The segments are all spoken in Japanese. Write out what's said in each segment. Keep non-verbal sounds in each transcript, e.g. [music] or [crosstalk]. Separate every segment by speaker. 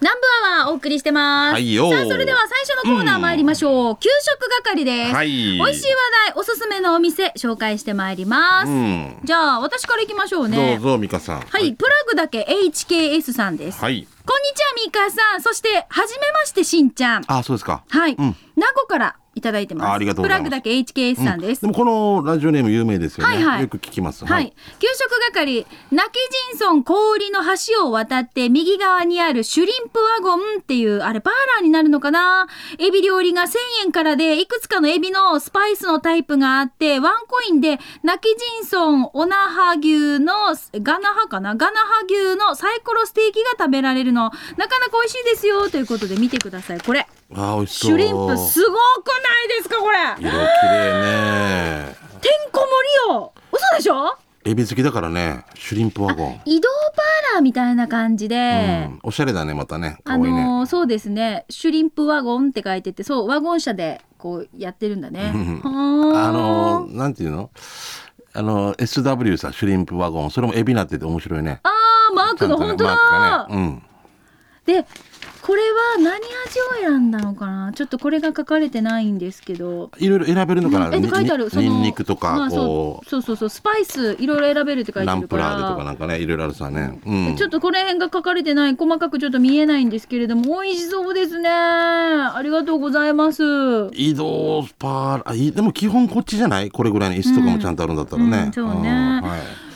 Speaker 1: 南部アワーお送りしてます。
Speaker 2: はいよ
Speaker 1: さあ、それでは最初のコーナー参りましょう。給食係です。
Speaker 2: はい
Speaker 1: 美味しい話題、おすすめのお店、紹介してまいります。
Speaker 2: うん
Speaker 1: じゃあ、私から行きましょうね。
Speaker 2: どうぞ美香さん
Speaker 1: はい、プラグだけ HKS さんです。
Speaker 2: はい
Speaker 1: こんにちは、ミーカーさん。そして、はじめまして、しんちゃん。
Speaker 2: あそうですか
Speaker 1: はい、
Speaker 2: うん
Speaker 1: 名護からいただいてます。
Speaker 2: あありがとうございま
Speaker 1: プラグ
Speaker 2: す
Speaker 1: だけ HKS さんです。
Speaker 2: でもこのラジオネーム有名ですよね、
Speaker 1: はいはい
Speaker 2: よく聞きます
Speaker 1: はい、給食係泣き人村氷の橋を渡って右側にあるシュリンプワゴンっていうあれバーラーになるのかなエビ料理が1000円からでいくつかのエビのスパイスのタイプがあってワンコインで泣き人村オナハ牛のガナハかなガナハ牛のサイコロステーキが食べられるのなかなか美味しいですよということで見てくださいこれ
Speaker 2: あ美味し
Speaker 1: シ
Speaker 2: そう
Speaker 1: ュリンプすごくないですかこれてん
Speaker 2: 色綺麗ね
Speaker 1: こ盛りよ嘘でしょ
Speaker 2: エビ好きだからねシュリンプワゴン、
Speaker 1: 移動パーラーみたいな感じで、
Speaker 2: うん、おしゃれだねまたね可
Speaker 1: あ
Speaker 2: 愛いね、
Speaker 1: のーそうですねシュリンプワゴンって書いててそうワゴン車でこうやってるんだね
Speaker 2: うん
Speaker 1: はー
Speaker 2: あのーなんていうのあのー SW さシュリンプワゴンそれもエビになってて面白いね
Speaker 1: あーマークの
Speaker 2: ちゃんとね
Speaker 1: 本当だ、
Speaker 2: マークがね
Speaker 1: でこれは何味を選んだのかなちょっとこれが書かれてないんですけど
Speaker 2: うんいろいろ選べるのかな、
Speaker 1: えで
Speaker 2: に
Speaker 1: 書いてある
Speaker 2: に
Speaker 1: その
Speaker 2: にんにくと
Speaker 1: ま
Speaker 2: か
Speaker 1: あそ
Speaker 2: こ
Speaker 1: うそうそうそうスパイスいろいろ選べるって書
Speaker 2: う
Speaker 1: いて
Speaker 2: ナン
Speaker 1: るか
Speaker 2: プ
Speaker 1: ら
Speaker 2: ラーでとかなんかねいろいろあるさね、うん、
Speaker 1: ちょっとこの辺が書かれてない細かくちょっと見えないんですけれども美味しそうですねありがとうございます
Speaker 2: 移動パーラあいでも基本こっちじゃないこれぐらいの椅子とかもちゃんとあるんだったらね、
Speaker 1: うんうんそうね
Speaker 2: んはい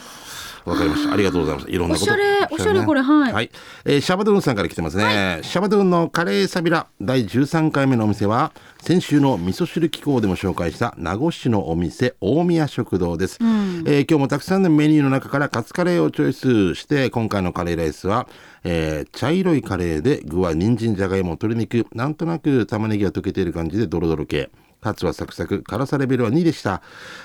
Speaker 2: わかりましたありがとうございますいろんなこと
Speaker 1: おしゃれ
Speaker 2: 聞きましたね
Speaker 1: おしゃれこれはい
Speaker 2: はい、えーシャバドゥンさんから来てますね、シャバドゥンのカレーサビラ第13回目のお店は先週の味噌汁機構でも紹介した名護市のお店大宮食堂です、えー今日もたくさんのメニューの中からカツカレーをチョイスして今回のカレーライスは、えー茶色いカレーで具は人参じゃがいも鶏肉なんとなく玉ねぎが溶けている感じでドロドロ系カツはサクサク辛さレベルは2でした、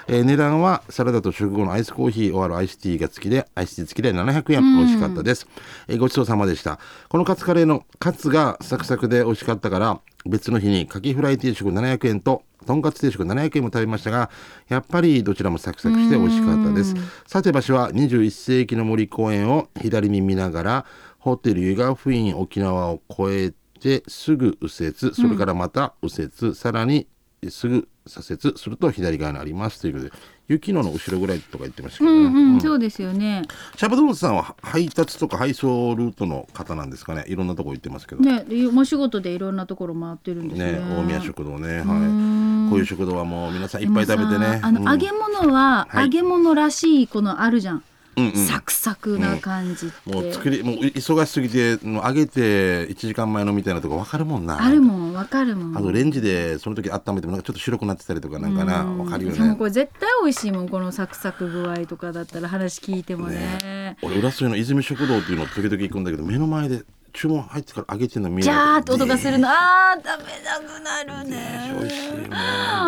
Speaker 2: えー値段はサラダと食後のアイスコーヒー終わるアイスティーが付きでアイスティー付きで700円美味しかったです、えーごちそうさまでしたこのカツカレーのカツがサクサクで美味しかったから別の日にカキフライ定食700円ととんかつ定食700円も食べましたがやっぱりどちらもサクサクして美味しかったですさて場所は21世紀の森公園を左に見ながらホテル湯河府院沖縄を越えてすぐ右折それからまた右折、さらにすぐ左折すると左側にありますということで雪乃の後ろぐらいとか言ってましたけ
Speaker 1: う
Speaker 2: どね、
Speaker 1: んうん、そうですよね。
Speaker 2: シャバドゥンさんは配達とか配送ルートの方なんですかねいろんなとこ行ってますけど
Speaker 1: ね、
Speaker 2: ね
Speaker 1: でお仕事でいろんなところ回ってるんですね。
Speaker 2: 大宮食堂ね、
Speaker 1: う
Speaker 2: はい、
Speaker 1: ん
Speaker 2: こういう食堂はもう皆さんいっぱい食べて
Speaker 1: でも
Speaker 2: ね
Speaker 1: さあの、
Speaker 2: うん
Speaker 1: 揚げ物は、
Speaker 2: はい
Speaker 1: 揚げ物らしいこのあるじゃん。
Speaker 2: うんうん
Speaker 1: サクサクな感じって。
Speaker 2: もう作りもう忙しすぎてもう揚げて1時間前のみたいなとこ分かるもんな
Speaker 1: あるもんわかるもん。
Speaker 2: あとレンジでその時温めてもなんかちょっと白くなってたりとかなんかな
Speaker 1: うん
Speaker 2: 分かるよ
Speaker 1: でも
Speaker 2: ね
Speaker 1: これ絶対美味しいもんこのサクサク具合とかだったら話聞いてもね。
Speaker 2: 俺浦添の泉食堂っていうの時々行くんだけど目の前で注文入ってから揚げてるの見え
Speaker 1: ジ
Speaker 2: ない
Speaker 1: ャーって音がするの、
Speaker 2: ね
Speaker 1: あー食べなくなる
Speaker 2: え
Speaker 1: ね。
Speaker 2: 美味しいもう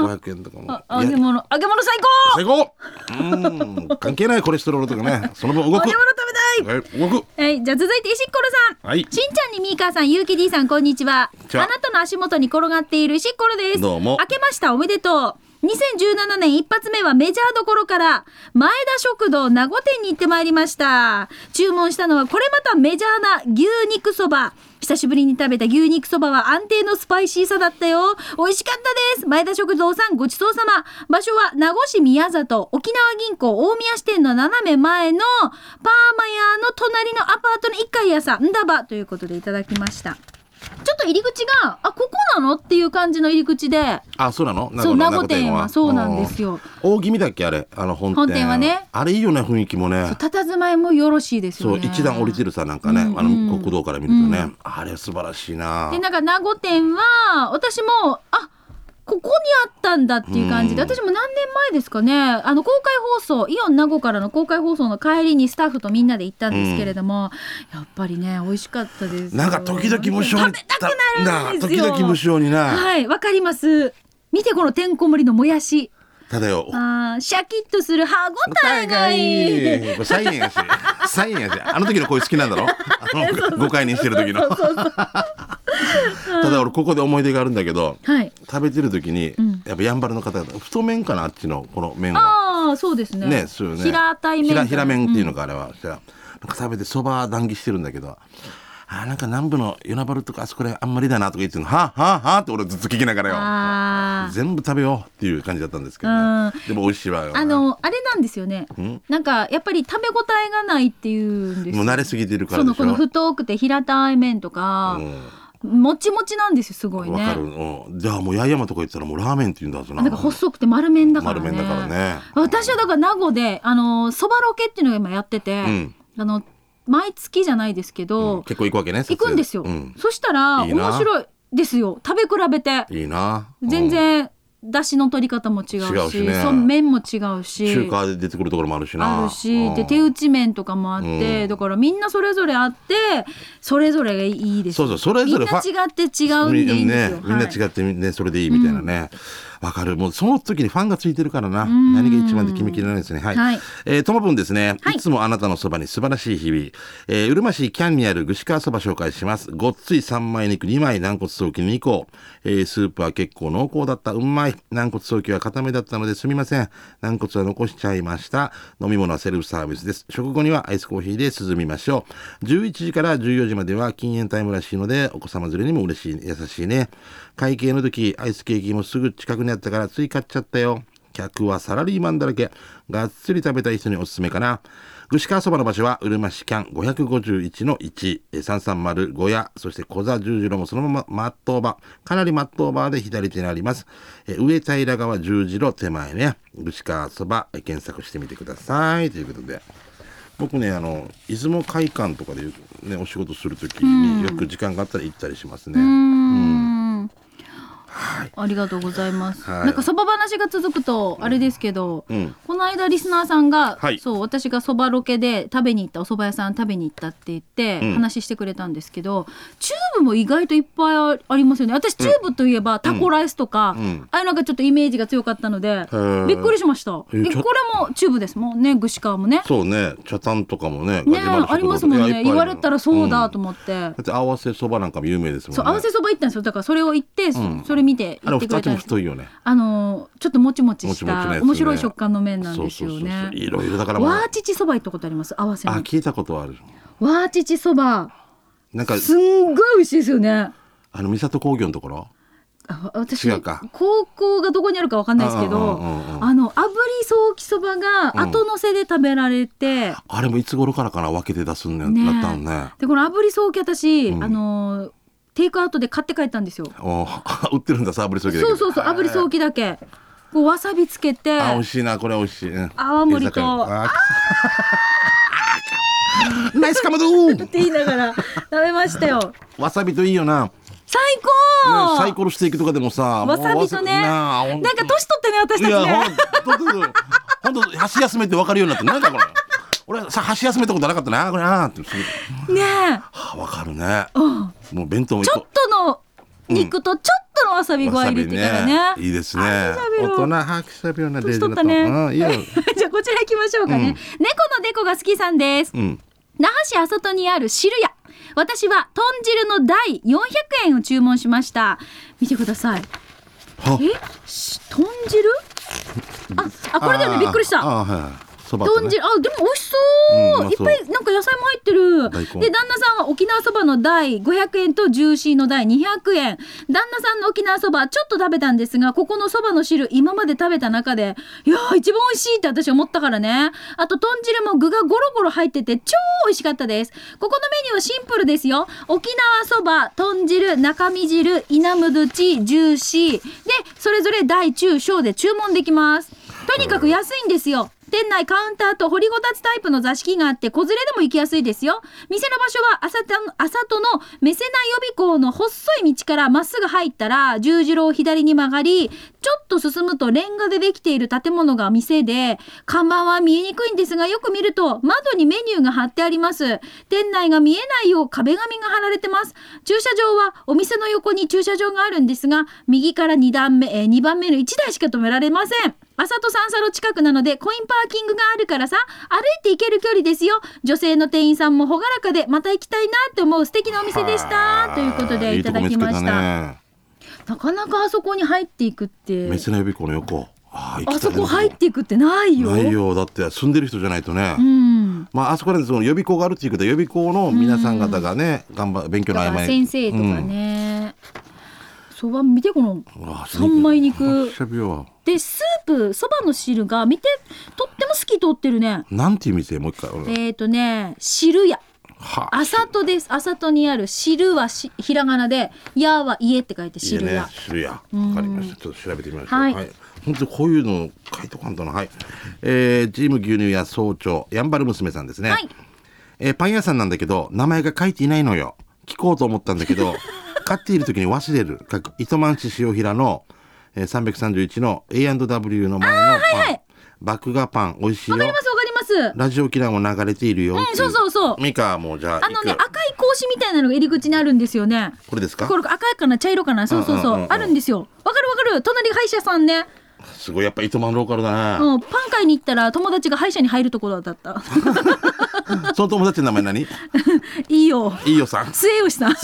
Speaker 2: 500円とかも
Speaker 1: あ揚
Speaker 2: い
Speaker 1: げ
Speaker 2: や
Speaker 1: 物揚げ物最高。
Speaker 2: 最高うん関係ないコレステロールとかねその分動
Speaker 1: 揚
Speaker 2: く
Speaker 1: げ物食べたい。
Speaker 2: はい動く
Speaker 1: はい、じゃあ続いて石ころさん。
Speaker 2: はい
Speaker 1: しんちゃんにみーかーさん、ゆうき D さん、こんにちは。
Speaker 2: じゃあ
Speaker 1: あなたの足元に転がっている石ころです。
Speaker 2: どうも
Speaker 1: 明けました、おめでとう。2017年一発目はメジャーどころから、前田食堂名護店に行ってまいりました。注文したのはこれまたメジャーな牛肉そば。久しぶりに食べた牛肉そばは安定のスパイシーさだったよ。美味しかったです。前田食堂さんごちそうさま。場所は名護市宮里、沖縄銀行大宮支店の斜め前のパーマ屋の隣のアパートの1階屋さん、んだばということでいただきました。ちょっと入り口が、あ、ここなのっていう感じの入り口で、
Speaker 2: あそうなの
Speaker 1: そう、名護店はそうなんです
Speaker 2: よ
Speaker 1: よ。
Speaker 2: 大気味だっけあれあの本店
Speaker 1: 本店はね
Speaker 2: あれいいよね雰囲気もね
Speaker 1: 佇まいもよろしいです
Speaker 2: そ
Speaker 1: よ
Speaker 2: う
Speaker 1: ね。
Speaker 2: 一段降りてるさなんかね、
Speaker 1: うん
Speaker 2: あの国道から見るとね、
Speaker 1: う
Speaker 2: あれ素晴らしいな
Speaker 1: で、なんか名護店は、私も、あ、ここにあったんだっていう感じで、
Speaker 2: うん
Speaker 1: 私も何年前ですかね、あの公開放送、イオン名護からの公開放送の帰りにスタッフとみんなで行ったんですけれども、やっぱりね、美味しかったですよ。
Speaker 2: なんか時々無性に
Speaker 1: 食べたくなるんですよ。
Speaker 2: な時々無性にな、
Speaker 1: はい、わかります。見てこのてんこ盛りのもやし。
Speaker 2: ただよ
Speaker 1: あーシャキッとする歯ごたえがいい。
Speaker 2: これサインやしサインやしあの時の声好きなんだろあの誤解にしてる時のただ俺ここで思い出があるんだけど
Speaker 1: はい。
Speaker 2: 食べてる時に、
Speaker 1: ん
Speaker 2: やっぱやんばるの方々太麺かなあっちのこの麺は
Speaker 1: ああ、そうですね。
Speaker 2: ねそうよね
Speaker 1: 平たい麺。
Speaker 2: 平平麺っていうのかあれは、じゃあなんか食べてそば談義してるんだけどあーなんか南部の与那原とかあそこら辺あんまりだなとか言ってるのはあはあはあって俺ずっと聞きながらよ
Speaker 1: あー
Speaker 2: 全部食べようっていう感じだったんですけどねでも美味しいわよ
Speaker 1: あのあれなんですよね
Speaker 2: ん
Speaker 1: なんかやっぱり食べ応えがないっていうんです
Speaker 2: も
Speaker 1: よ
Speaker 2: う慣れすぎてるか
Speaker 1: そ
Speaker 2: らで
Speaker 1: の
Speaker 2: し
Speaker 1: この
Speaker 2: ょ
Speaker 1: 太くて平たい麺とか、もちもちなんですよすごい
Speaker 2: わ
Speaker 1: ね
Speaker 2: かるうんじゃあもう八重山とか言ったらもうラーメンって言うんだぞな
Speaker 1: なんか細くて丸麺だからね
Speaker 2: 丸麺だからね
Speaker 1: 私はだから名護であのそばロケっていうのを今やってて、
Speaker 2: ん
Speaker 1: あの毎月じゃないですけど、
Speaker 2: うん結構行くわけね撮
Speaker 1: 行
Speaker 2: 影
Speaker 1: くんですよ、
Speaker 2: うん
Speaker 1: そしたら
Speaker 2: いい
Speaker 1: 面
Speaker 2: な
Speaker 1: 白いですよ食べ比べて
Speaker 2: いいな
Speaker 1: 全然出汁の取り方も違うし
Speaker 2: 違うしね
Speaker 1: そう麺も違う
Speaker 2: うん
Speaker 1: し
Speaker 2: 中華で出てくるところもあるしな
Speaker 1: あるし
Speaker 2: う
Speaker 1: で
Speaker 2: ん
Speaker 1: 手打ち麺とかもあって、
Speaker 2: うん
Speaker 1: だからみんなそれぞれあってそれぞれがいいです
Speaker 2: そうそうそれぞれ
Speaker 1: みんな違って違うんでいいんですよ、
Speaker 2: ね、みんな
Speaker 1: はい
Speaker 2: 違ってねそれでいいみたいなねわ、かるもうその時にファンがついてるからな、
Speaker 1: ん
Speaker 2: 何が一番で決めきれないですねはい、
Speaker 1: はい
Speaker 2: えーともぶんですね、
Speaker 1: はい
Speaker 2: い、つもあなたのそばに素晴らしい日々、えーうるま市キャンにある串川そば紹介しますごっつい三枚肉2枚軟骨早期2個、えースープは結構濃厚だったうんまい軟骨早期は固めだったのですみません軟骨は残しちゃいました飲み物はセルフサービスです食後にはアイスコーヒーで涼みましょう11時から14時までは禁煙タイムらしいのでお子様連れにも嬉しい優しいね会計の時アイスケーキもすぐ近くにあったからつい買っちゃったよ客はサラリーマンだらけがっつり食べたい人におすすめかな串川そばの場所はうるま市キャン551の1330小屋そして小座十字路もそのままマットーバーかなりマットーバーで左手にありますえー上平川十字路手前ね串川そばえ検索してみてくださいということで僕ねあの出雲会館とかでよくねお仕事するときによく時間があったら行ったりしますね、
Speaker 1: うーんありがとうございます。
Speaker 2: はい
Speaker 1: なんかそば話が続くとあれですけど、
Speaker 2: うん
Speaker 1: この間リスナーさんが、
Speaker 2: はい
Speaker 1: そう私がそばロケで食べに行ったお蕎麦屋さん食べに行ったって言って
Speaker 2: うん
Speaker 1: 話してくれたんですけど、チューブも意外といっぱいありますよね。私チューブといえばタコライスとか、
Speaker 2: うん
Speaker 1: ああいうなんかちょっとイメージが強かったので、
Speaker 2: ー
Speaker 1: びっくりしました。
Speaker 2: え
Speaker 1: で
Speaker 2: ちょ
Speaker 1: これもチューブですもんね、串川もね。
Speaker 2: そうね茶炭とかもね
Speaker 1: ね
Speaker 2: ガジュマル食堂とか
Speaker 1: ありますもん
Speaker 2: いやい
Speaker 1: ね。
Speaker 2: っぱい
Speaker 1: 言
Speaker 2: あ
Speaker 1: わ
Speaker 2: る
Speaker 1: れたらそうだと
Speaker 2: ん
Speaker 1: 思って。
Speaker 2: だって合わせそばなんかも有名ですもんね
Speaker 1: そう合わせそば行ったんですよだからそれを行って、
Speaker 2: ん
Speaker 1: そそれ見て
Speaker 2: あ
Speaker 1: 行
Speaker 2: れ
Speaker 1: ってく
Speaker 2: 二
Speaker 1: れ
Speaker 2: つ
Speaker 1: たん
Speaker 2: も
Speaker 1: ですけど
Speaker 2: 太いよね
Speaker 1: あのーちょっともちもちした
Speaker 2: もちもちのやつね
Speaker 1: 面白い食感の麺なんですよ
Speaker 2: そうそうそう
Speaker 1: ね
Speaker 2: そういろいろだからまあ
Speaker 1: わーちちそば行ったことあります合わせの
Speaker 2: あ
Speaker 1: わ
Speaker 2: 聞いたことはある
Speaker 1: ーちちそば
Speaker 2: なんか
Speaker 1: すんごい美味しいですよね
Speaker 2: あの三郷工業のところ
Speaker 1: あ私
Speaker 2: 違うか
Speaker 1: 高校がどこにあるかわかんないですけど
Speaker 2: うんうんうんうん
Speaker 1: あの炙りソーキそばが後乗せで食べられて、
Speaker 2: あれもいつ頃からかな分けて出すんや
Speaker 1: ね
Speaker 2: なったんね
Speaker 1: でこの炙りソーキ私、
Speaker 2: うん
Speaker 1: あのーテイクアウトで買って帰ったんですよ
Speaker 2: おー [laughs] 売ってるんだサーブリソーキだけ
Speaker 1: そうそうそう炙りソー
Speaker 2: キ
Speaker 1: キだけこうわさびつけて
Speaker 2: あ美味しいなこれ美味しい、うん
Speaker 1: 泡盛と
Speaker 2: 居酒屋あーナイスかまど
Speaker 1: って言いながら [laughs] 食べましたよ
Speaker 2: わさびといいよな、ね、
Speaker 1: 最高、
Speaker 2: サイコロステーキとかでもさ
Speaker 1: わさびとね
Speaker 2: もうなあ
Speaker 1: な
Speaker 2: ほ
Speaker 1: ん
Speaker 2: と
Speaker 1: か年取ってね私た
Speaker 2: い
Speaker 1: ち
Speaker 2: や
Speaker 1: ね
Speaker 2: ほんとほんとほんと箸休めって分かるようになってなんだこれ俺さ箸休めたことなかったなこれなってすぐ
Speaker 1: ね
Speaker 2: はあ分かるね
Speaker 1: え、うん、
Speaker 2: もう弁当も一
Speaker 1: ちょ
Speaker 2: 個
Speaker 1: っとの肉とちょっとのわさび具合
Speaker 2: わさ
Speaker 1: 入れ
Speaker 2: び
Speaker 1: てからね
Speaker 2: いいですね
Speaker 1: あいいじゃん
Speaker 2: 大人はくしゃびような
Speaker 1: 年取った
Speaker 2: レ
Speaker 1: ね、
Speaker 2: ジだとうんいいよ
Speaker 1: [laughs] じゃあこちら行きましょうかね、
Speaker 2: うん
Speaker 1: 猫のデコが好きさんです、
Speaker 2: うん
Speaker 1: 那覇市あさとにある汁屋私は豚汁の第400円を注文しました見てください
Speaker 2: は
Speaker 1: えし豚汁ああこれだよ
Speaker 2: あ
Speaker 1: ね
Speaker 2: ー
Speaker 1: びっくりした
Speaker 2: あーはいそばとね
Speaker 1: 豚汁あでも美味しそ
Speaker 2: うん
Speaker 1: う、
Speaker 2: うま
Speaker 1: いっ
Speaker 2: そう
Speaker 1: ぱいなんか野菜も入ってる
Speaker 2: 大根
Speaker 1: で旦那さんは沖縄そばの第500円とジューシーの第200円旦那さんの沖縄そばちょっと食べたんですがここのそばの汁今まで食べた中でいやー一番美味しいって私思ったからねあと豚汁も具がゴロゴロ入ってて超美味しかったですここのメニューはシンプルですよ沖縄そば豚汁中身汁イナムドゥチジューシーでそれぞれ大中小で注文できますとにかく安いんですよ店内カウンターと掘りごたつタイプの座敷があって子連れでも行きやすいですよ店の場所は浅田の浅戸のメセナ予備校の細い道からまっすぐ入ったら十字路を左に曲がりちょっと進むとレンガでできている建物が店で看板は見えにくいんですがよく見ると窓にメニューが貼ってあります店内が見えないよう壁紙が貼られてます駐車場はお店の横に駐車場があるんですが右から2段目、え2番目の1台しか止められませんあさと三差路近くなのでコインパーキングがあるからさ歩いて行ける距離ですよ女性の店員さんも朗らかでまた行きたいなって思う素敵なお店でしたということでいただきましたなかなかあそこに入っていくって
Speaker 2: メセナ予備校の横あー行
Speaker 1: あ
Speaker 2: きた
Speaker 1: そ
Speaker 2: いね
Speaker 1: こ入っていくってないよ
Speaker 2: ないよだって住んでる人じゃないとね
Speaker 1: うん
Speaker 2: まあ、あそこらでその予備校があるっていうことは予備校の皆さん方がね、頑張勉強の
Speaker 1: だ
Speaker 2: 合
Speaker 1: か
Speaker 2: 間
Speaker 1: ら
Speaker 2: に
Speaker 1: 先生とかね、そば見てこの
Speaker 2: うんうわすごい
Speaker 1: 三枚肉
Speaker 2: しゃべるわ
Speaker 1: でスープそばの汁が見てとっても透き通ってるね
Speaker 2: なんていう店もう一回、
Speaker 1: えっ、ー、とね汁屋
Speaker 2: は
Speaker 1: あさとですあさとにある汁はしひらがなでやは家って書いて汁
Speaker 2: いいね
Speaker 1: 屋、
Speaker 2: 汁屋。わかりました。ちょっと調べてみましょう。
Speaker 1: はい
Speaker 2: 本当にこういうの書いとかんとな。はい。えー、ジム牛乳屋総長、やんばる娘さんですね。
Speaker 1: はい
Speaker 2: えーパン屋さんなんだけど、名前が書いていないのよ。聞こうと思ったんだけ
Speaker 1: [laughs]
Speaker 2: ど、買っている時に忘れる。書く糸満市塩平の、えー、331の A&W の前のパン。麦芽パン、美味しいよ
Speaker 1: わかり。ますわかります
Speaker 2: ラジオキラーも流れているよってい。
Speaker 1: うんそうそうそう
Speaker 2: ミカもじゃあ、
Speaker 1: あのね
Speaker 2: いく
Speaker 1: 赤い格子みたいなのが入り口にあるんですよね
Speaker 2: これですか
Speaker 1: これ赤いかな茶色かなそうそうそう,、
Speaker 2: うんうんうんうん
Speaker 1: あるんですよわかるわかる隣歯医者さんね
Speaker 2: すごい、やっぱ糸満ローカルだね。
Speaker 1: もうパン買いに行ったら友達が歯医者に入るところだった
Speaker 2: [laughs] その友達の名前
Speaker 1: [laughs]
Speaker 2: 何
Speaker 1: いいよ
Speaker 2: いいよさん。
Speaker 1: 末吉さん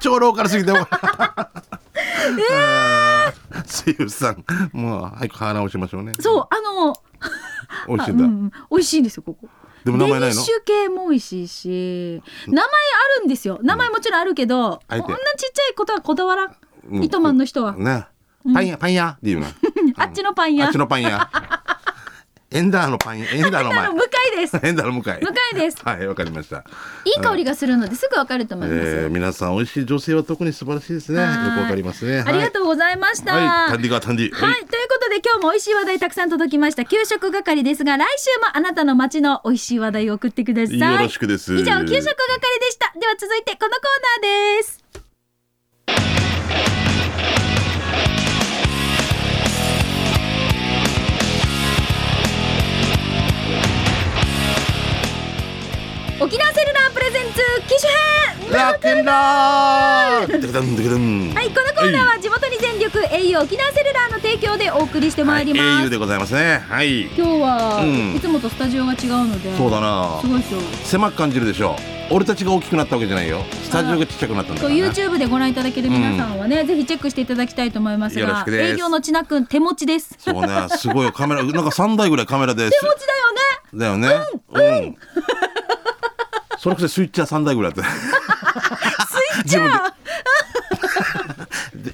Speaker 2: 超ローカル
Speaker 1: [laughs]
Speaker 2: すぎて。え [laughs] え。水牛さん、もう早く腹直しましょうね。
Speaker 1: そうあの
Speaker 2: 美味しい
Speaker 1: うん
Speaker 2: だ。
Speaker 1: ん、美味しいんですよここ
Speaker 2: でも名前ないの
Speaker 1: デニッシュ系も美味しいし名前あるんですよ名前もちろんあるけど、
Speaker 2: あえて
Speaker 1: こんなちっちゃいことはこだわらん、
Speaker 2: うん
Speaker 1: 糸満の人は、
Speaker 2: ね、パン屋パン屋っていう
Speaker 1: [laughs]
Speaker 2: な。
Speaker 1: あっちのパン
Speaker 2: あ
Speaker 1: 屋
Speaker 2: っちのパン屋。エンダーのパン
Speaker 1: [laughs]
Speaker 2: 屋、エンダーの
Speaker 1: あの向
Speaker 2: 前。
Speaker 1: かいです
Speaker 2: [laughs] エンダーの向かい。
Speaker 1: 向かいです
Speaker 2: はい、わかりました。
Speaker 1: いい香りがするのですぐわかると思います、
Speaker 2: えー皆さん美味しい女性は特に素晴らしいですね。よ
Speaker 1: はい
Speaker 2: くわかりますね。
Speaker 1: ありがとうございました、
Speaker 2: はい、はい、タンディガータンディ。
Speaker 1: はい、ということで今日も美味しい話題たくさん届きました給食係ですが来週もあなたの街の美味しい話題を送ってください
Speaker 2: よろしくです
Speaker 1: 以上給食係でしたでは続いてこのコーナーです沖縄セルラープレゼンツ機種編
Speaker 2: ラックンラー。ドゥクドゥンドゥクドゥン
Speaker 1: はい、このコーナーは地元に全力 au 沖縄セルラーの提供でお送りしてまいり
Speaker 2: はい
Speaker 1: ま
Speaker 2: au
Speaker 1: す、
Speaker 2: でございますね。はい。
Speaker 1: 今日は、
Speaker 2: うん
Speaker 1: いつもとスタジオが違うので
Speaker 2: そうだな
Speaker 1: す。ごいですよ
Speaker 2: 狭く感じるでしょう俺たちが大きくなったわけじゃないよスタジオがちっちゃくなったんだか
Speaker 1: そう
Speaker 2: らね
Speaker 1: YouTube でご覧いただける皆さんはね、ぜひチェックしていただきたいと思います
Speaker 2: よろし
Speaker 1: が
Speaker 2: くです
Speaker 1: 営業の千奈くん手持ちです手持
Speaker 2: そうねすごいよカメラなんか3台ぐらいカメラです
Speaker 1: ちだよね
Speaker 2: だよねうん、それこそスイッチャー3台ぐらいあって
Speaker 1: じゃあ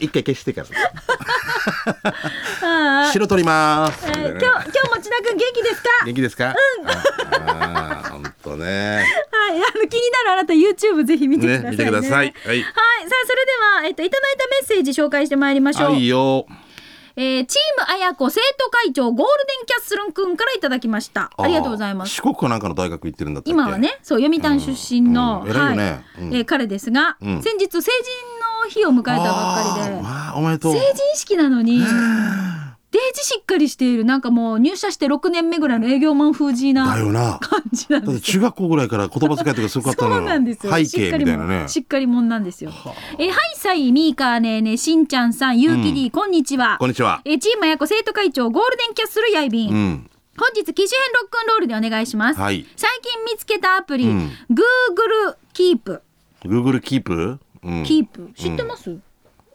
Speaker 2: 一回消してから
Speaker 1: あー
Speaker 2: 白取ります、
Speaker 1: え
Speaker 2: みたい
Speaker 1: ー今
Speaker 2: なね
Speaker 1: 日今日も千奈くん元気ですか
Speaker 2: 元気ですかああ本当ね
Speaker 1: はい、あの気になるあなた YouTube ぜひ見てください、ね
Speaker 2: ね見てくださいはい
Speaker 1: さあそれではえっといただいたメッセージ紹介してまいりましょう
Speaker 2: あいいよ
Speaker 1: えーチームあやこ生徒会長ゴールデンキャッスルンくんからいただきましたありがとうございます
Speaker 2: 四国かなんかの大学行ってるんだったっけ
Speaker 1: 今はねそう読谷出身の、
Speaker 2: うんうん偉いよね
Speaker 1: はい
Speaker 2: うん
Speaker 1: えー彼ですが、
Speaker 2: うん
Speaker 1: 先日成人の日を迎えたばっかり
Speaker 2: あー
Speaker 1: で
Speaker 2: まあおめでとう
Speaker 1: 成人式なのにデージしっかりしているなんかもう入社して6年目ぐらいの営業マン風じな
Speaker 2: だよな
Speaker 1: 感じなん
Speaker 2: だっ
Speaker 1: で
Speaker 2: て
Speaker 1: すよ
Speaker 2: 中学校ぐらいから言葉遣いとかすごかったの
Speaker 1: そう
Speaker 2: よ
Speaker 1: なんですよ
Speaker 2: 背景みたいなね
Speaker 1: しっかりもんなんですよえーはいさいみーかーねーねしんちゃんさんゆうきり、こんにちは
Speaker 2: こんにちは
Speaker 1: えーチームあやこ生徒会長ゴールデンキャッスルやいびん、
Speaker 2: うん
Speaker 1: 本日機種編ロックンロールでお願いします、
Speaker 2: はい
Speaker 1: 最近見つけたアプリ、
Speaker 2: うん
Speaker 1: Google Keep
Speaker 2: Google Keep うん
Speaker 1: キープ知ってます、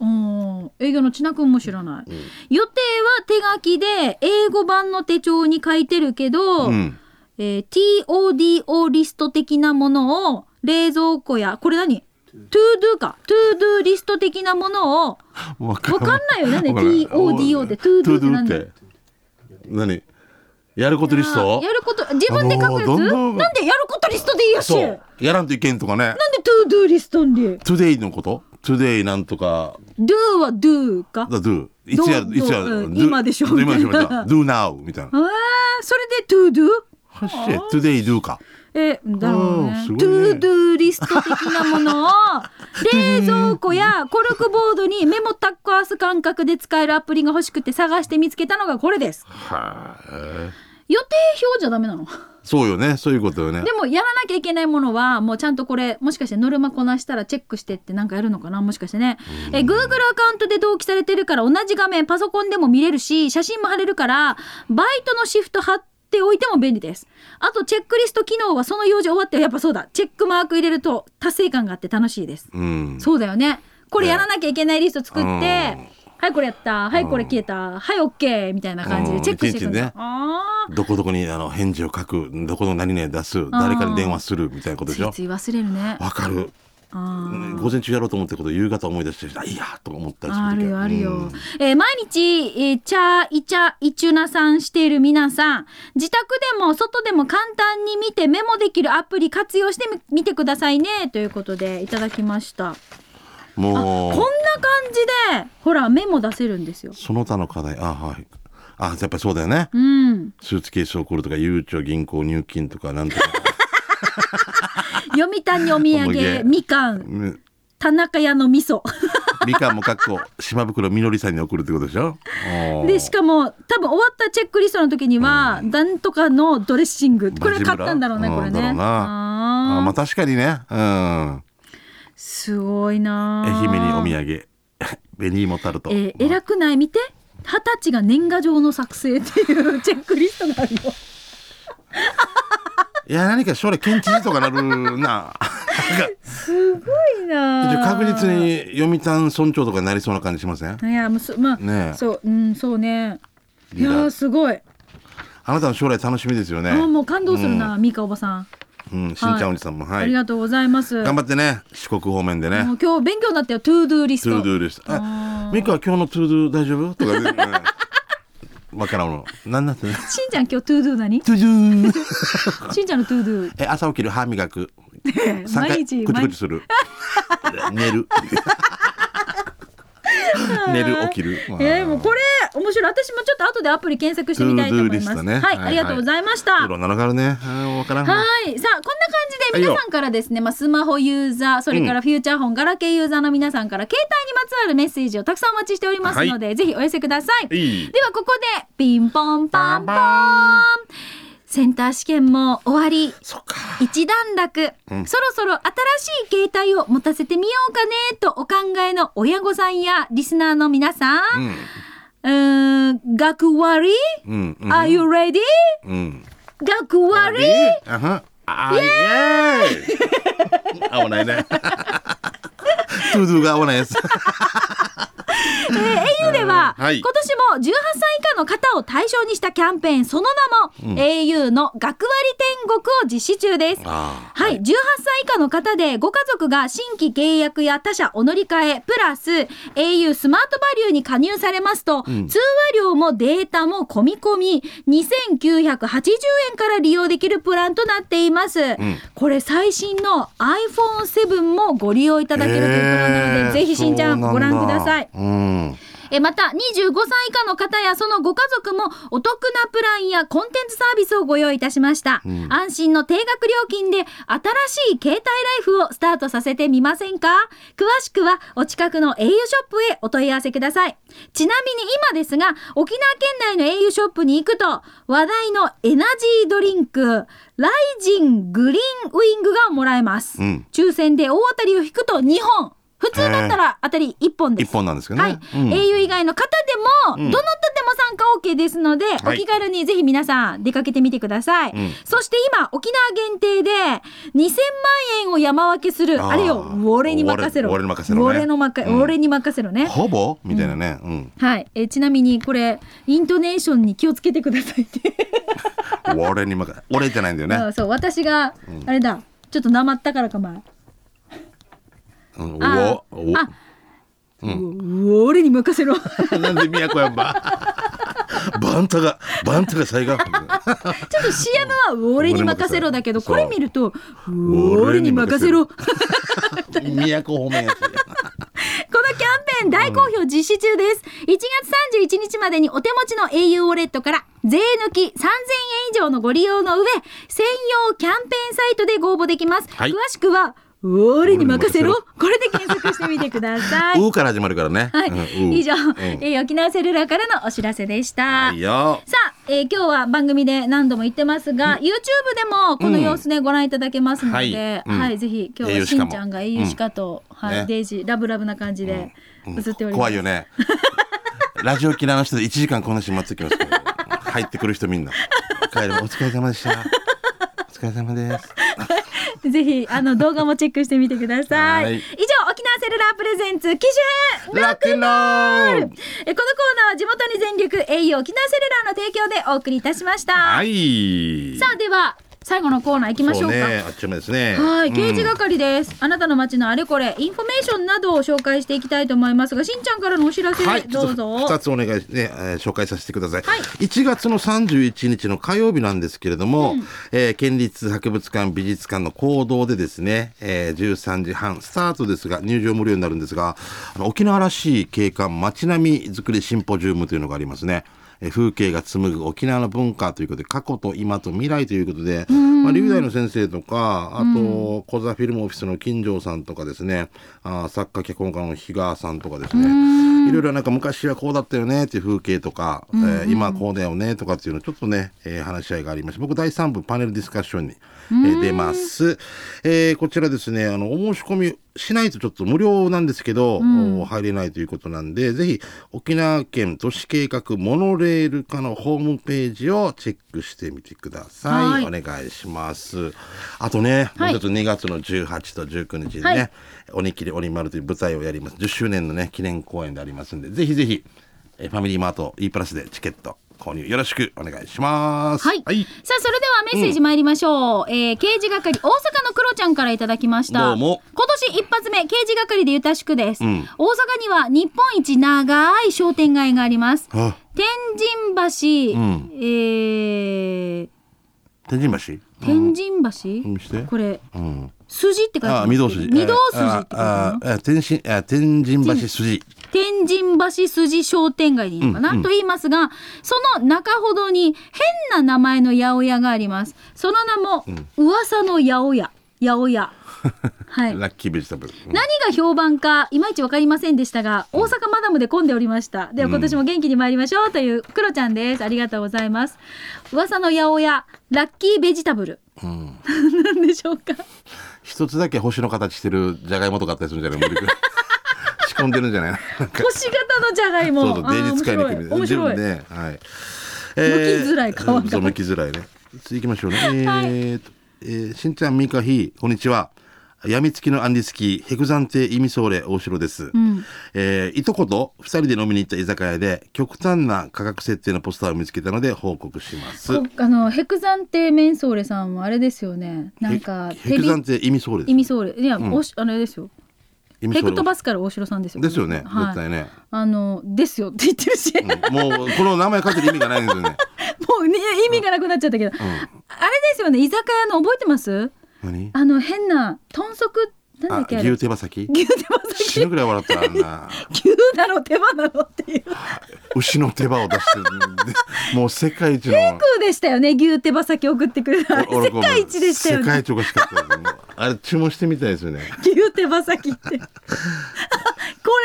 Speaker 1: うん、営業の千奈君も知らない、予定は手書きで英語版の手帳に書いてるけど、
Speaker 2: うん
Speaker 1: えー TODO リスト的なものを冷蔵庫やこれ何 ToDo か ToDo リスト的なものを
Speaker 2: わか
Speaker 1: わかんないよね
Speaker 2: わかんない
Speaker 1: TODO って ToDo って何
Speaker 2: ToDo って何やることリスト
Speaker 1: やること自分で書くやつ、
Speaker 2: あのーどんどん
Speaker 1: なんでやることリストでいいやしな
Speaker 2: そ
Speaker 1: んで
Speaker 2: うやらんといけんとかね
Speaker 1: ToDo リストに
Speaker 2: Today のこと Today なんとか
Speaker 1: Do は Do か
Speaker 2: だ Do いつやる
Speaker 1: どう
Speaker 2: いつや
Speaker 1: う
Speaker 2: る
Speaker 1: ん
Speaker 2: Do
Speaker 1: 今でしょ
Speaker 2: 今でしょ
Speaker 1: みたい [laughs] な
Speaker 2: Do now みたいな
Speaker 1: えーそれで ToDo?
Speaker 2: はっし Today do か
Speaker 1: えだろうね。
Speaker 2: うん
Speaker 1: ト
Speaker 2: すごい
Speaker 1: ゥ
Speaker 2: ね
Speaker 1: ードゥーリスト的なものを冷蔵庫やコルクボードにメモタックアース感覚で使えるアプリが欲しくて探して見つけたのがこれです。
Speaker 2: はー
Speaker 1: 予定表じゃダメなの。
Speaker 2: そうよねそういうことよね
Speaker 1: でもやらなきゃいけないものはもうちゃんとこれもしかしてノルマこなしたらチェックしてってなんかやるのかなもしかしてね。え Google アカウントで同期されてるから同じ画面パソコンでも見れるし写真も貼れるからバイトのシフト貼っておいても便利ですあとチェックリスト機能はその用事終わってやっぱそうだチェックマーク入れると達成感があって楽しいです、
Speaker 2: うん
Speaker 1: そうだよねこれやらなきゃいけないリスト作って、
Speaker 2: うん
Speaker 1: はいこれやったはいこれ消えたはいオッケーみたいな感じでチェックしていくんです
Speaker 2: う
Speaker 1: よ
Speaker 2: ん一日ね
Speaker 1: あ
Speaker 2: どこどこにあの返事を書くどこの何々出す誰かに電話するみたいなこと
Speaker 1: ー
Speaker 2: で
Speaker 1: つ
Speaker 2: し
Speaker 1: い
Speaker 2: ょ
Speaker 1: つい忘れるね
Speaker 2: わかる
Speaker 1: あー
Speaker 2: 午前中やろうと思ったことを夕方思い出してあいやーとか思ったりする
Speaker 1: あ
Speaker 2: 時
Speaker 1: るよあるよ、
Speaker 2: うん
Speaker 1: えー毎日、えー、チャーイチャイチュナさんしている皆さん自宅でも外でも簡単に見てメモできるアプリ活用してみ見てくださいねということでいただきましたこん
Speaker 2: も
Speaker 1: な
Speaker 2: う
Speaker 1: 感じでほらメモ出せるんですよ
Speaker 2: その他の課題あはいあやっぱりそうだよね
Speaker 1: うん
Speaker 2: スーツケースを送るとかゆうちょ銀行入金とかなんとか [laughs]
Speaker 1: 読谷お土
Speaker 2: お土
Speaker 1: 産
Speaker 2: 産
Speaker 1: みかん
Speaker 2: ね
Speaker 1: 田中屋の味噌
Speaker 2: みかんもかっこ島袋みのりさんに送るってことでしょおー
Speaker 1: でしかも多分終わったチェックリストの時には、なんとかのドレッシングこれ買ったんだろうね
Speaker 2: バ
Speaker 1: こ
Speaker 2: ジブラ
Speaker 1: れ
Speaker 2: う
Speaker 1: ね
Speaker 2: んだろうな
Speaker 1: あ
Speaker 2: あ
Speaker 1: ー
Speaker 2: まあ確かにねうん
Speaker 1: すごいな
Speaker 2: 愛
Speaker 1: あ
Speaker 2: 媛にお土産 [laughs] 紅芋タルト、
Speaker 1: えー偉くない見て二十歳が年賀状の作成っていうチェックリストがあるよ
Speaker 2: いや何か将来県知事とかなるななん
Speaker 1: [laughs]
Speaker 2: か
Speaker 1: すご [laughs] いなあ
Speaker 2: 確実に読谷村長とかになりそうな感じしません
Speaker 1: いやもうそまあ、
Speaker 2: ねえ
Speaker 1: そううんそうねい
Speaker 2: リーダー
Speaker 1: やあすごい、
Speaker 2: あなたの将来楽しみですよね
Speaker 1: ああもう感動するな、ミカおばさん、
Speaker 2: うん、しんちゃんおじさんもは
Speaker 1: あ
Speaker 2: い
Speaker 1: りがとうございます
Speaker 2: 頑張ってね四国方面でね
Speaker 1: もう今日勉強になったよトゥードゥーリス
Speaker 2: ト
Speaker 1: ト
Speaker 2: ゥードゥーでした
Speaker 1: あ
Speaker 2: あミカ今日のトゥードゥー大丈夫とかね
Speaker 1: [laughs]
Speaker 2: うんわからんのなんなってね
Speaker 1: しんちゃん今日トゥードゥー [laughs] 何
Speaker 2: トゥードゥー
Speaker 1: しんちゃんのトゥードゥー
Speaker 2: え朝起きる歯磨く
Speaker 1: [laughs]
Speaker 2: 三
Speaker 1: 毎
Speaker 2: 回
Speaker 1: 日
Speaker 2: くち
Speaker 1: 毎
Speaker 2: く
Speaker 1: 日
Speaker 2: ちする
Speaker 1: [laughs]
Speaker 2: 寝る寝る起きる
Speaker 1: えー、もうこれ面白い私もちょっと後でアプリ検索してみたいと思います、
Speaker 2: To-do リストね
Speaker 1: はい、
Speaker 2: はいはい
Speaker 1: ありがとうございました
Speaker 2: いろんなのがあるねうんわからんわ
Speaker 1: はい、さあこんな感じで皆さんからですね、まあ、スマホユーザーそれからフューチャーフォン、ガラケーユーザーの皆さんから携帯にまつわるメッセージをたくさんお待ちしておりますので、ぜひお寄せください、
Speaker 2: い
Speaker 1: で
Speaker 2: い
Speaker 1: はここでピンポンパンポン
Speaker 2: パ
Speaker 1: センター試験も終わり
Speaker 2: そっか
Speaker 1: 一段落、そろそろ新しい携帯を持たせてみようかねとお考えの親御さんやリスナーの皆さん、
Speaker 2: うん
Speaker 1: うーん学割、
Speaker 2: うんうん
Speaker 1: Are you ready?
Speaker 2: うん
Speaker 1: 学割
Speaker 2: あはあイエーイ合わないねトゥードゥーが合わないやつ
Speaker 1: au では、
Speaker 2: はい
Speaker 1: 今年も18歳以下の方を対象にしたキャンペーンその名も、au の学割天国を実施中です。
Speaker 2: あ
Speaker 1: はい、18歳以下の方でご家族が新規契約や他社お乗り換えプラス au スマートバリューに加入されますと、通話料もデータも込み込み2980円から利用できるプランとなっています、これ最新の iPhone7 もご利用いただけるというプランなので、
Speaker 2: えー
Speaker 1: ぜひしんちゃん
Speaker 2: そう
Speaker 1: ご
Speaker 2: な
Speaker 1: 覧ください
Speaker 2: うん
Speaker 1: えまた25歳以下の方やそのご家族もお得なプランやコンテンツサービスをご用意いたしました、安心の定額料金で新しい携帯ライフをスタートさせてみませんか詳しくはお近くの au ショップへお問い合わせくださいちなみに今ですが沖縄県内の au ショップに行くと話題のエナジードリンクライジングリーンウイングがもらえます、
Speaker 2: うん
Speaker 1: 抽選で大当たりを引くと2本普通だったら当たり1本です
Speaker 2: 一本なんですけど
Speaker 1: は
Speaker 2: ね
Speaker 1: い、
Speaker 2: うん
Speaker 1: au 以外の方でも、どなたでも参加 OK ですので、
Speaker 2: は
Speaker 1: お
Speaker 2: い
Speaker 1: 気軽にぜひ皆さん出かけてみてください、
Speaker 2: ん
Speaker 1: そして今沖縄限定で2000万円を山分けする
Speaker 2: あ
Speaker 1: あ
Speaker 2: ー
Speaker 1: れよ俺に任せろ
Speaker 2: 俺に任せろね
Speaker 1: 俺のまか
Speaker 2: うん
Speaker 1: 俺に任せろね、
Speaker 2: ほぼみたいなね、うん
Speaker 1: はい、えーちなみにこれイントネーションに気をつけてくださいって
Speaker 2: 俺に任せ俺じゃないんだよ
Speaker 1: あ
Speaker 2: ね、
Speaker 1: [laughs] そう私が、あれだちょっとなまったからかま
Speaker 2: うん、
Speaker 1: あ
Speaker 2: おお
Speaker 1: あ、う俺に任せろち
Speaker 2: なんで宮古やんばバンタがバンタが最後
Speaker 1: ょっと CM は俺に任せろだけどこれ見ると俺
Speaker 2: 俺
Speaker 1: に
Speaker 2: に任
Speaker 1: 任
Speaker 2: せ
Speaker 1: せろ [laughs]
Speaker 2: ろ宮古方面やつ
Speaker 1: このキャンペーン大好評実施中です。1月31日までにお手持ちの au ウォレットから税抜き3000円以上のご利用の上、専用キャンペーンサイトでご応募できます。
Speaker 2: はい
Speaker 1: 詳しくは、俺に任せろ
Speaker 2: 俺に任せろ
Speaker 1: これで検索してみてください。
Speaker 2: [laughs] うーから始まるからね、
Speaker 1: はい、
Speaker 2: うんうー
Speaker 1: 以上、
Speaker 2: うん
Speaker 1: えー沖縄セルラーからのお知らせでした。
Speaker 2: はいよ
Speaker 1: さあ、えー今日は番組で何度も言ってますが、YouTube でもこの様子ね、ご覧いただけますので、は、
Speaker 2: はいいうん
Speaker 1: ぜひ今日
Speaker 2: 英
Speaker 1: は
Speaker 2: 雄
Speaker 1: し
Speaker 2: しか
Speaker 1: ん
Speaker 2: も
Speaker 1: ちゃんが英雄しかと、はい、
Speaker 2: ね
Speaker 1: デイジーラブラブな感じで映っております。
Speaker 2: 怖いよ
Speaker 1: [laughs]
Speaker 2: ねラジオ嫌いな人で1時間こんな人待ってきますけど入ってくる人みんな帰るお疲れ様
Speaker 1: [laughs]
Speaker 2: でしたお疲れ様です
Speaker 1: ぜひあの動画もチェックしてみてください。
Speaker 2: は
Speaker 1: 以
Speaker 2: い
Speaker 1: 上沖縄セセルラープレゼンツ機種編
Speaker 2: ラックンロー
Speaker 1: え
Speaker 2: ル
Speaker 1: このコーナーは地元に全力 au 沖縄セルラーの提供でお送りいたしました、
Speaker 2: はい
Speaker 1: さあでは最後のコーナー行きましょうか
Speaker 2: そうねあっちゅう間ですね
Speaker 1: はい、
Speaker 2: うん
Speaker 1: 刑事係です、あなたの街のあれこれインフォメーションなどを紹介していきたいと思いますがしんちゃんからのお知らせ、
Speaker 2: はい、
Speaker 1: どうぞ
Speaker 2: 2つお願いね、えー紹介させてください。
Speaker 1: はい
Speaker 2: 1月の31日の火曜日なんですけれども、えー県立博物館美術館の講堂でですね、えー13時半スタートですが入場無料になるんですがあの沖縄らしい景観街並みづくりシンポジウムというのがありますね。えー風景が紡ぐ沖縄の文化ということで過去と今と未来ということで、まあ、龍大の先生とかあと小座フィルムオフィスの金城さんとかですねあー作家脚本家の比嘉さんとかですねいろいろなんか昔はこうだったよねっていう風景とか、えー今はこうだよねとかっていうのちょっとね、えー話し合いがありまして僕第3部パネルディスカッションに、えー出ます、えーこちらですねあのお申し込みしないとちょっと無料なんですけど、お入れないということなんでぜひ沖縄県都市計画モノレール課のホームページをチェックしてみてください
Speaker 1: は
Speaker 2: お願いしますあとね、
Speaker 1: はい
Speaker 2: もうちょっと2月の18と19日にね、
Speaker 1: はい
Speaker 2: 鬼切り鬼丸という舞台をやります10周年のね記念公演でありますんでぜひぜひえファミリーマート E プラスでチケット購入よろしくお願いします
Speaker 1: はい、さあそれではメッセージ参りましょう、えー刑事係大阪のクロちゃんからいただきました
Speaker 2: どうも
Speaker 1: 今年一発目刑事係でゆたしくです、
Speaker 2: ん
Speaker 1: 大阪には日本一長い商店街があります
Speaker 2: あ
Speaker 1: 天神橋、
Speaker 2: うん
Speaker 1: えー、
Speaker 2: 天神橋
Speaker 1: 天神橋、
Speaker 2: 見して
Speaker 1: これ
Speaker 2: うん
Speaker 1: 筋って書いて
Speaker 2: あ
Speaker 1: ます
Speaker 2: 御堂筋
Speaker 1: 御堂筋って書いてあ
Speaker 2: あ
Speaker 1: るの
Speaker 2: ああ天神あ天神橋筋
Speaker 1: 天神橋筋商店街でいいのかな、
Speaker 2: うんうん
Speaker 1: と言いますがその中ほどに変な名前の八百屋がありますその名も、噂の八百屋八百屋
Speaker 2: [laughs]
Speaker 1: はい
Speaker 2: ラッキーベジタブルうん
Speaker 1: 何が評判かいまいち分かりませんでしたが大阪マダムで混んでおりましたでは今年も元気に参りましょうというクロちゃんですありがとうございます噂の八百屋ラッキーベジタブル [laughs]
Speaker 2: うん
Speaker 1: なんでしょうか
Speaker 2: 一つだけ星の形してるじゃがいもとかあったりするんじゃない無理
Speaker 1: [laughs]
Speaker 2: くり仕込んでるんじゃないなんか
Speaker 1: 星型のじゃがいも
Speaker 2: そうそう、
Speaker 1: あー
Speaker 2: デイジ使いにくいみたいな。
Speaker 1: 面白い面白い
Speaker 2: 全部ね、はい。
Speaker 1: 剥きづらい皮が
Speaker 2: そう、剥きづらいね。次行きましょうね。えーと、えーしんちゃん、みかひ、こんにちは。やみつきのアンディスキー、ヘクザンテイミソーレ大城です。えーいとこと二人で飲みに行った居酒屋で、極端な価格設定のポスターを見つけたので報告します。
Speaker 1: こあのヘクザンテメンソーレさんはあれですよね。なんか
Speaker 2: ヘヘクザンテイミソーレです
Speaker 1: イミソーレいや、おしあれですよ。
Speaker 2: イミソ
Speaker 1: ヘ
Speaker 2: ーレ
Speaker 1: クトバスから大城さんですよ。
Speaker 2: ですよね、
Speaker 1: はい、
Speaker 2: 絶対ね。
Speaker 1: あのですよって言ってるし、 [laughs] も
Speaker 2: うんもう、この名前書いてる意味がないんです
Speaker 1: [laughs]
Speaker 2: よね。
Speaker 1: うね意味がなくなっちゃったけど、あれですよね居酒屋の覚えてます？
Speaker 2: 何
Speaker 1: あの変な豚足なんだ
Speaker 2: あ
Speaker 1: っ、けあれ。
Speaker 2: 牛
Speaker 1: 牛
Speaker 2: 手羽先
Speaker 1: 手羽先
Speaker 2: 死ぬぐらい笑ったらあんな。
Speaker 1: 牛だろ手羽なのって
Speaker 2: [laughs]
Speaker 1: いう。
Speaker 2: 牛の手羽を出してるもう世界一の
Speaker 1: そうでしたよね牛手羽先送ってくれた
Speaker 2: お
Speaker 1: 世界一でしたよ
Speaker 2: 世界
Speaker 1: ね。
Speaker 2: 一おかしかったですもうあれ注文してみたいですよね
Speaker 1: 牛手羽先って。こ [laughs] れ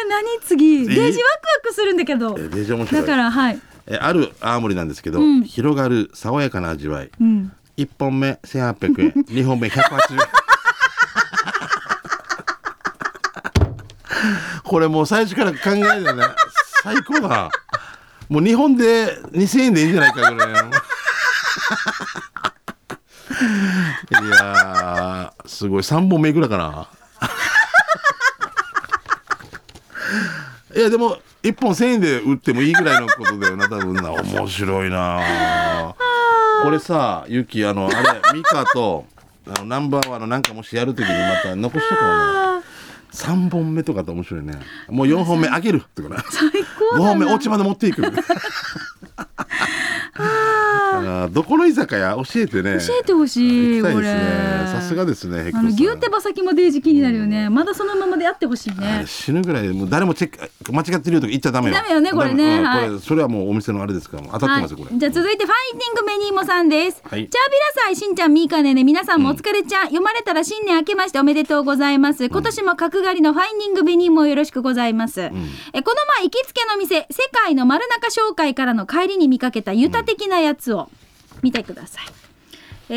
Speaker 1: 何次？デージワクワクするんだけど。
Speaker 2: えデジ面白い
Speaker 1: だからはい。
Speaker 2: えある青森なんですけど、広がる爽やかな味わい、
Speaker 1: うん。
Speaker 2: 一本目1800円二本目180円これもう最初から考えるよね [laughs] 最高だもう日本で2000円でいいんじゃないかぐらいのいやーすごい3本目いくらいか [laughs] ないやでも1本1000円で売ってもいいぐらいのことだよな多分な面白いなこれさゆきあのあれミカとあのナンバーワンのなんかもしやるときにまた残しとこうな3本目とかって面白いねもう4本目あげるってことね
Speaker 1: 最
Speaker 2: 5
Speaker 1: 高だ
Speaker 2: 本目
Speaker 1: な。
Speaker 2: お家まで持っていくあーどこの居酒屋教えてね
Speaker 1: 教えてほしい
Speaker 2: 行きたい
Speaker 1: こ
Speaker 2: で
Speaker 1: れ。
Speaker 2: すねさすがですねヘク
Speaker 1: あ
Speaker 2: ト
Speaker 1: の
Speaker 2: さん
Speaker 1: 牛手羽先もデージ気になるよね。まだそのままであってほしい
Speaker 2: あれ
Speaker 1: ね。
Speaker 2: 死ぬぐらいもう誰もチェック間違ってるよとか言っちゃダメよ
Speaker 1: ダメよねこれね
Speaker 2: ダメうん
Speaker 1: はい
Speaker 2: これそれはもうお店のあれですから当たってますよこれ、
Speaker 1: じゃあ続いてファインディングメニーモさんです。
Speaker 2: は
Speaker 1: チャー
Speaker 2: い
Speaker 1: ビラサイしんちゃんみーかねね皆さんもお疲れちゃん、読まれたら新年明けましておめでとうございます。今年も角刈りのファインディングメニーモよろしくございます。えこの前行きつけの店世界の丸中商会からの帰りに見かけたユタ的なやつを見てください。え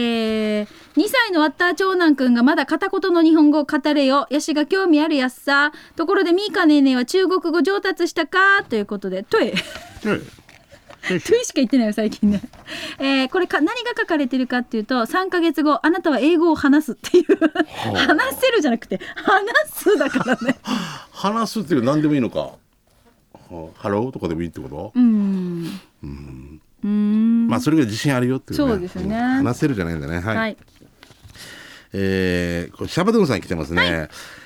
Speaker 1: ー、2歳のワッター長男くんがまだ片言の日本語を語れよ。ヤシが興味あるやっさ。ところで、ミーカネーネーは中国語上達したかということで、トイ。
Speaker 2: うん
Speaker 1: トゥイしか言ってないよ最近ね、 [laughs] えーこれか何が書かれてるかっていうと3ヶ月後あなたは英語を話すっていう
Speaker 2: あ
Speaker 1: 話せるじゃなくて話すだから
Speaker 2: [laughs]
Speaker 1: ね
Speaker 2: 話すっていうのは何でもいいのか。はハローとかでもいいってこと
Speaker 1: う。んうーん
Speaker 2: まあ、それぐらい自信あるよっていう、ね。
Speaker 1: そうですね
Speaker 2: ん話せるじゃないんだね。はい。
Speaker 1: はい
Speaker 2: えーこれシャバドゥンさん来てますね、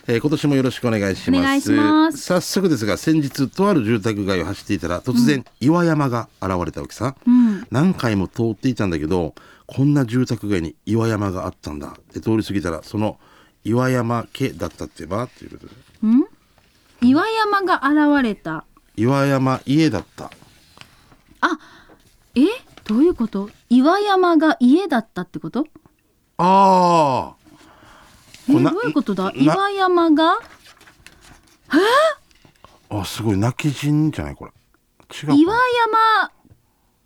Speaker 2: えー今年もよろしくお願いします
Speaker 1: お願いします
Speaker 2: 早速ですが先日とある住宅街を走っていたら突然、岩山が現れたわけさ、
Speaker 1: ん
Speaker 2: 何回も通っていたんだけどこんな住宅街に岩山があったんだで通り過ぎたらその岩山家だったってばっていうことで
Speaker 1: 岩山が現れた
Speaker 2: 岩山家だった
Speaker 1: えどういうこと岩山が家だったってこと
Speaker 2: ああ
Speaker 1: え
Speaker 2: これ
Speaker 1: ど
Speaker 2: な
Speaker 1: ういうことだ
Speaker 2: な
Speaker 1: 岩山が
Speaker 2: あすごい泣き人じゃないこれ違うかな
Speaker 1: 岩山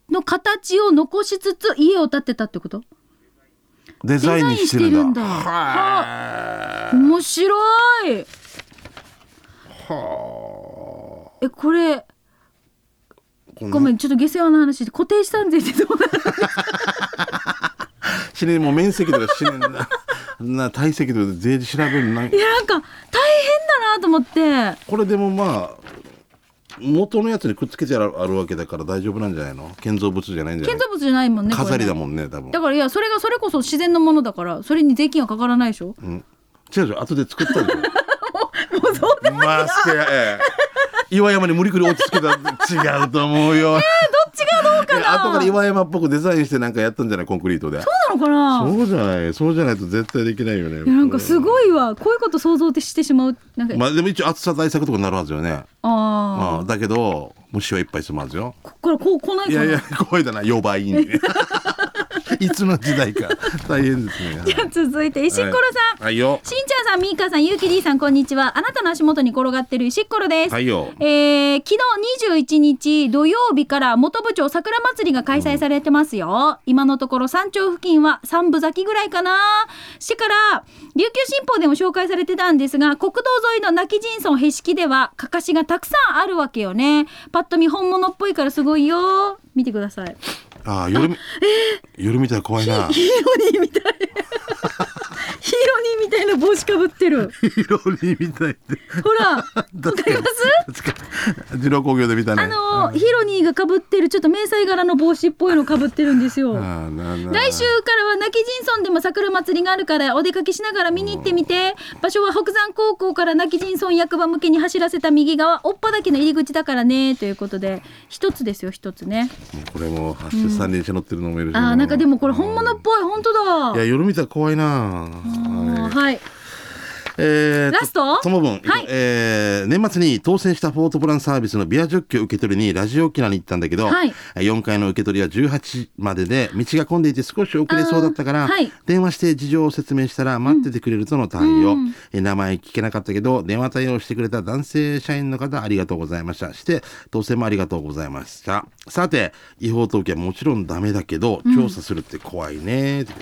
Speaker 1: の形を残しつつ家を建てたってこと
Speaker 2: デザインしてる
Speaker 1: デザインしてるん
Speaker 2: んだ
Speaker 1: だ
Speaker 2: はー
Speaker 1: 面白い
Speaker 2: は
Speaker 1: えこれ
Speaker 2: あ
Speaker 1: ごめんちょっと下世話の話で固定資産税ってどうなる
Speaker 2: 死ねもう面積とか死ねんな [laughs] な体積とか税理調べるない
Speaker 1: やなんか大変だなと思って
Speaker 2: これでもまあ元のやつにくっつけてあるあるわけだから大丈夫なんじゃないの建造物じゃないんじゃな
Speaker 1: 建
Speaker 2: い
Speaker 1: 造物じゃないもんねこれね
Speaker 2: 飾りだもんね多分
Speaker 1: だからいやそれがそれこそ自然のものだからそれに税金はかからないでしょ
Speaker 2: うん、違う違う後で作ったんだよ
Speaker 1: もうそうでも
Speaker 2: ましてや、え [laughs] え岩山に無理くり落ち着けた違うと思うよ、
Speaker 1: どっちがどうか
Speaker 2: いや後から
Speaker 1: な
Speaker 2: 岩山っぽくデザインしてなんかやったんじゃないコンクリートで
Speaker 1: そうなのかな
Speaker 2: そうじゃないそうじゃないと絶対できないよね
Speaker 1: いやなんかすごいわこういうこと想像してしまうなんか、
Speaker 2: まあでも一応暑さ対策とかになるはずよね。
Speaker 1: あ
Speaker 2: ああだけど虫はいっぱい住むはずよ。
Speaker 1: あこっからこう来ないかない
Speaker 2: やいや声だな呼ばいいね。いつの時代か大変ですね。
Speaker 1: [laughs] じゃあ続いて石ころさん、
Speaker 2: はいよ。
Speaker 1: しんちゃんさん、みーかさん、ゆうきりーさん、こんにちは。あなたの足元に転がってる石ころです。
Speaker 2: はいよ。
Speaker 1: えー、昨日21日土曜日から元部町桜祭りが開催されてますよ、今のところ山頂付近は三部咲きぐらいかなしてから琉球新報でも紹介されてたんですが国道沿いの泣き人村へしきではかかしがたくさんあるわけよねパッと見本物っぽいからすごいよ見てください
Speaker 2: ああ夜み夜みたい怖
Speaker 1: [laughs]
Speaker 2: いな。
Speaker 1: ヒーローにみたいヒーローにみたいな帽子かぶってる
Speaker 2: 夜みたいで。
Speaker 1: ほら、わかります
Speaker 2: 確かに二郎工業で見たね。
Speaker 1: あのーヒロニーがかぶってるちょっと迷彩柄の帽子っぽいのかぶってるんですよ。
Speaker 2: ああなな
Speaker 1: 来週からは泣き人村でも桜祭りがあるからお出かけしながら見に行ってみて場所は北山高校から泣き人村役場向けに走らせた右側おっぱだけの入り口だからねということで一つですよ一つね
Speaker 2: もうこれもハッシュ三輪車乗ってるのもいるし。
Speaker 1: あーなんかでもこれ本物っぽい本当
Speaker 2: いや
Speaker 1: だ
Speaker 2: 夜みたい怖いな。
Speaker 1: あーはい
Speaker 2: えーと
Speaker 1: ラスト
Speaker 2: その分、
Speaker 1: はい
Speaker 2: えー年末に当選したフォートプランサービスのビアジョッキを受け取りにラジオ沖縄に行ったんだけど、
Speaker 1: はい
Speaker 2: 4階の受け取りは18時までで道が混んでいて少し遅れそうだったから、
Speaker 1: あーはい
Speaker 2: 電話して事情を説明したら待っててくれるとの対応、えー名前聞けなかったけど電話対応してくれた男性社員の方ありがとうございましたして当選もありがとうございましたさて違法投棄はもちろんダメだけど調査するって怖いねって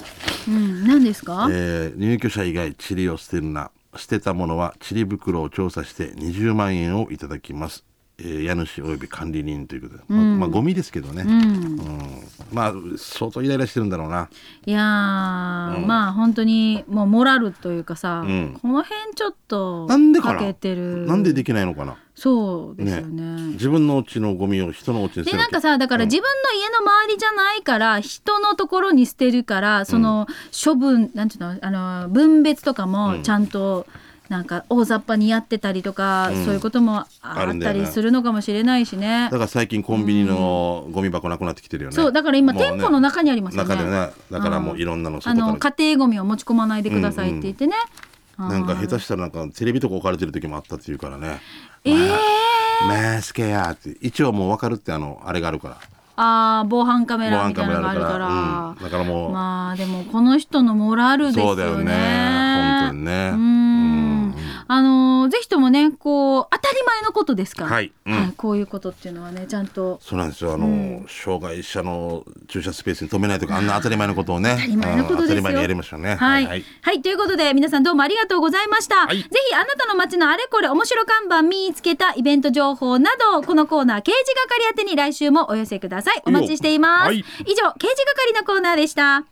Speaker 1: うん何ですか
Speaker 2: えー入居者以外チリを捨てるな捨てたものはチリ袋を調査して20万円をいただきます、えー家主および管理人ということで、まあまあゴミですけどね、うんまあ相当イライラしてるんだろうない
Speaker 1: やーまあ本当にもうモラルというかさ
Speaker 2: うん
Speaker 1: この辺ちょっと
Speaker 2: なんでかな
Speaker 1: 欠けてる
Speaker 2: なんでできないのかな
Speaker 1: そうですよね。
Speaker 2: 自分のお家のゴミを人のお家に捨
Speaker 1: で
Speaker 2: てな
Speaker 1: なん
Speaker 2: きゃ
Speaker 1: かさだから自分の家の周りじゃないから人のところに捨てるからその処分なんていうのあの分別とかもちゃんとなんか大雑把にやってたりとか、
Speaker 2: うん
Speaker 1: そういうことも
Speaker 2: あ
Speaker 1: あ
Speaker 2: る
Speaker 1: っ
Speaker 2: んだ
Speaker 1: た
Speaker 2: よね
Speaker 1: りするのかもしれないしね
Speaker 2: だから最近コンビニのゴミ箱なくなってきてるよね、
Speaker 1: そうだから今、
Speaker 2: もうね
Speaker 1: 店舗の中にありますよね
Speaker 2: 中でねだからもういろんなの
Speaker 1: あ
Speaker 2: 外
Speaker 1: の
Speaker 2: か
Speaker 1: 家庭ゴミを持ち込まないでくださいって言ってね、
Speaker 2: らなんか下手
Speaker 1: し
Speaker 2: したらなんかテレビとか置かれてる時もあったっていうからね
Speaker 1: えー、
Speaker 2: マスケやって一応もう分かるってあのあれがあるから
Speaker 1: あー防犯カメ
Speaker 2: 防
Speaker 1: ラ
Speaker 2: 犯
Speaker 1: みた
Speaker 2: カ
Speaker 1: い
Speaker 2: メ
Speaker 1: なのが
Speaker 2: ラ
Speaker 1: あ
Speaker 2: あ
Speaker 1: る
Speaker 2: る
Speaker 1: か
Speaker 2: かららうんだからもう、
Speaker 1: まあでもこの人のモラルですよね。
Speaker 2: そうだよね本当にね
Speaker 1: うん
Speaker 2: うん
Speaker 1: あのーぜひともねこう当たり前のことですから、
Speaker 2: はいうん
Speaker 1: はいこういうことっていうのはねちゃんと
Speaker 2: そうなんですよあの、
Speaker 1: うん
Speaker 2: 障害者の駐車スペースに止めないとかあんな当たり前のことをね
Speaker 1: 当たり前のことですよ
Speaker 2: うん当たり前にやりましたね
Speaker 1: はい、はいということで皆さんどうもありがとうございました、
Speaker 2: はい
Speaker 1: ぜひあなたの街のあれこれ面白看板見つけたイベント情報などこのコーナー刑事係宛てに来週もお寄せくださいお待ちしています、
Speaker 2: はい
Speaker 1: 以上刑事係のコーナーでした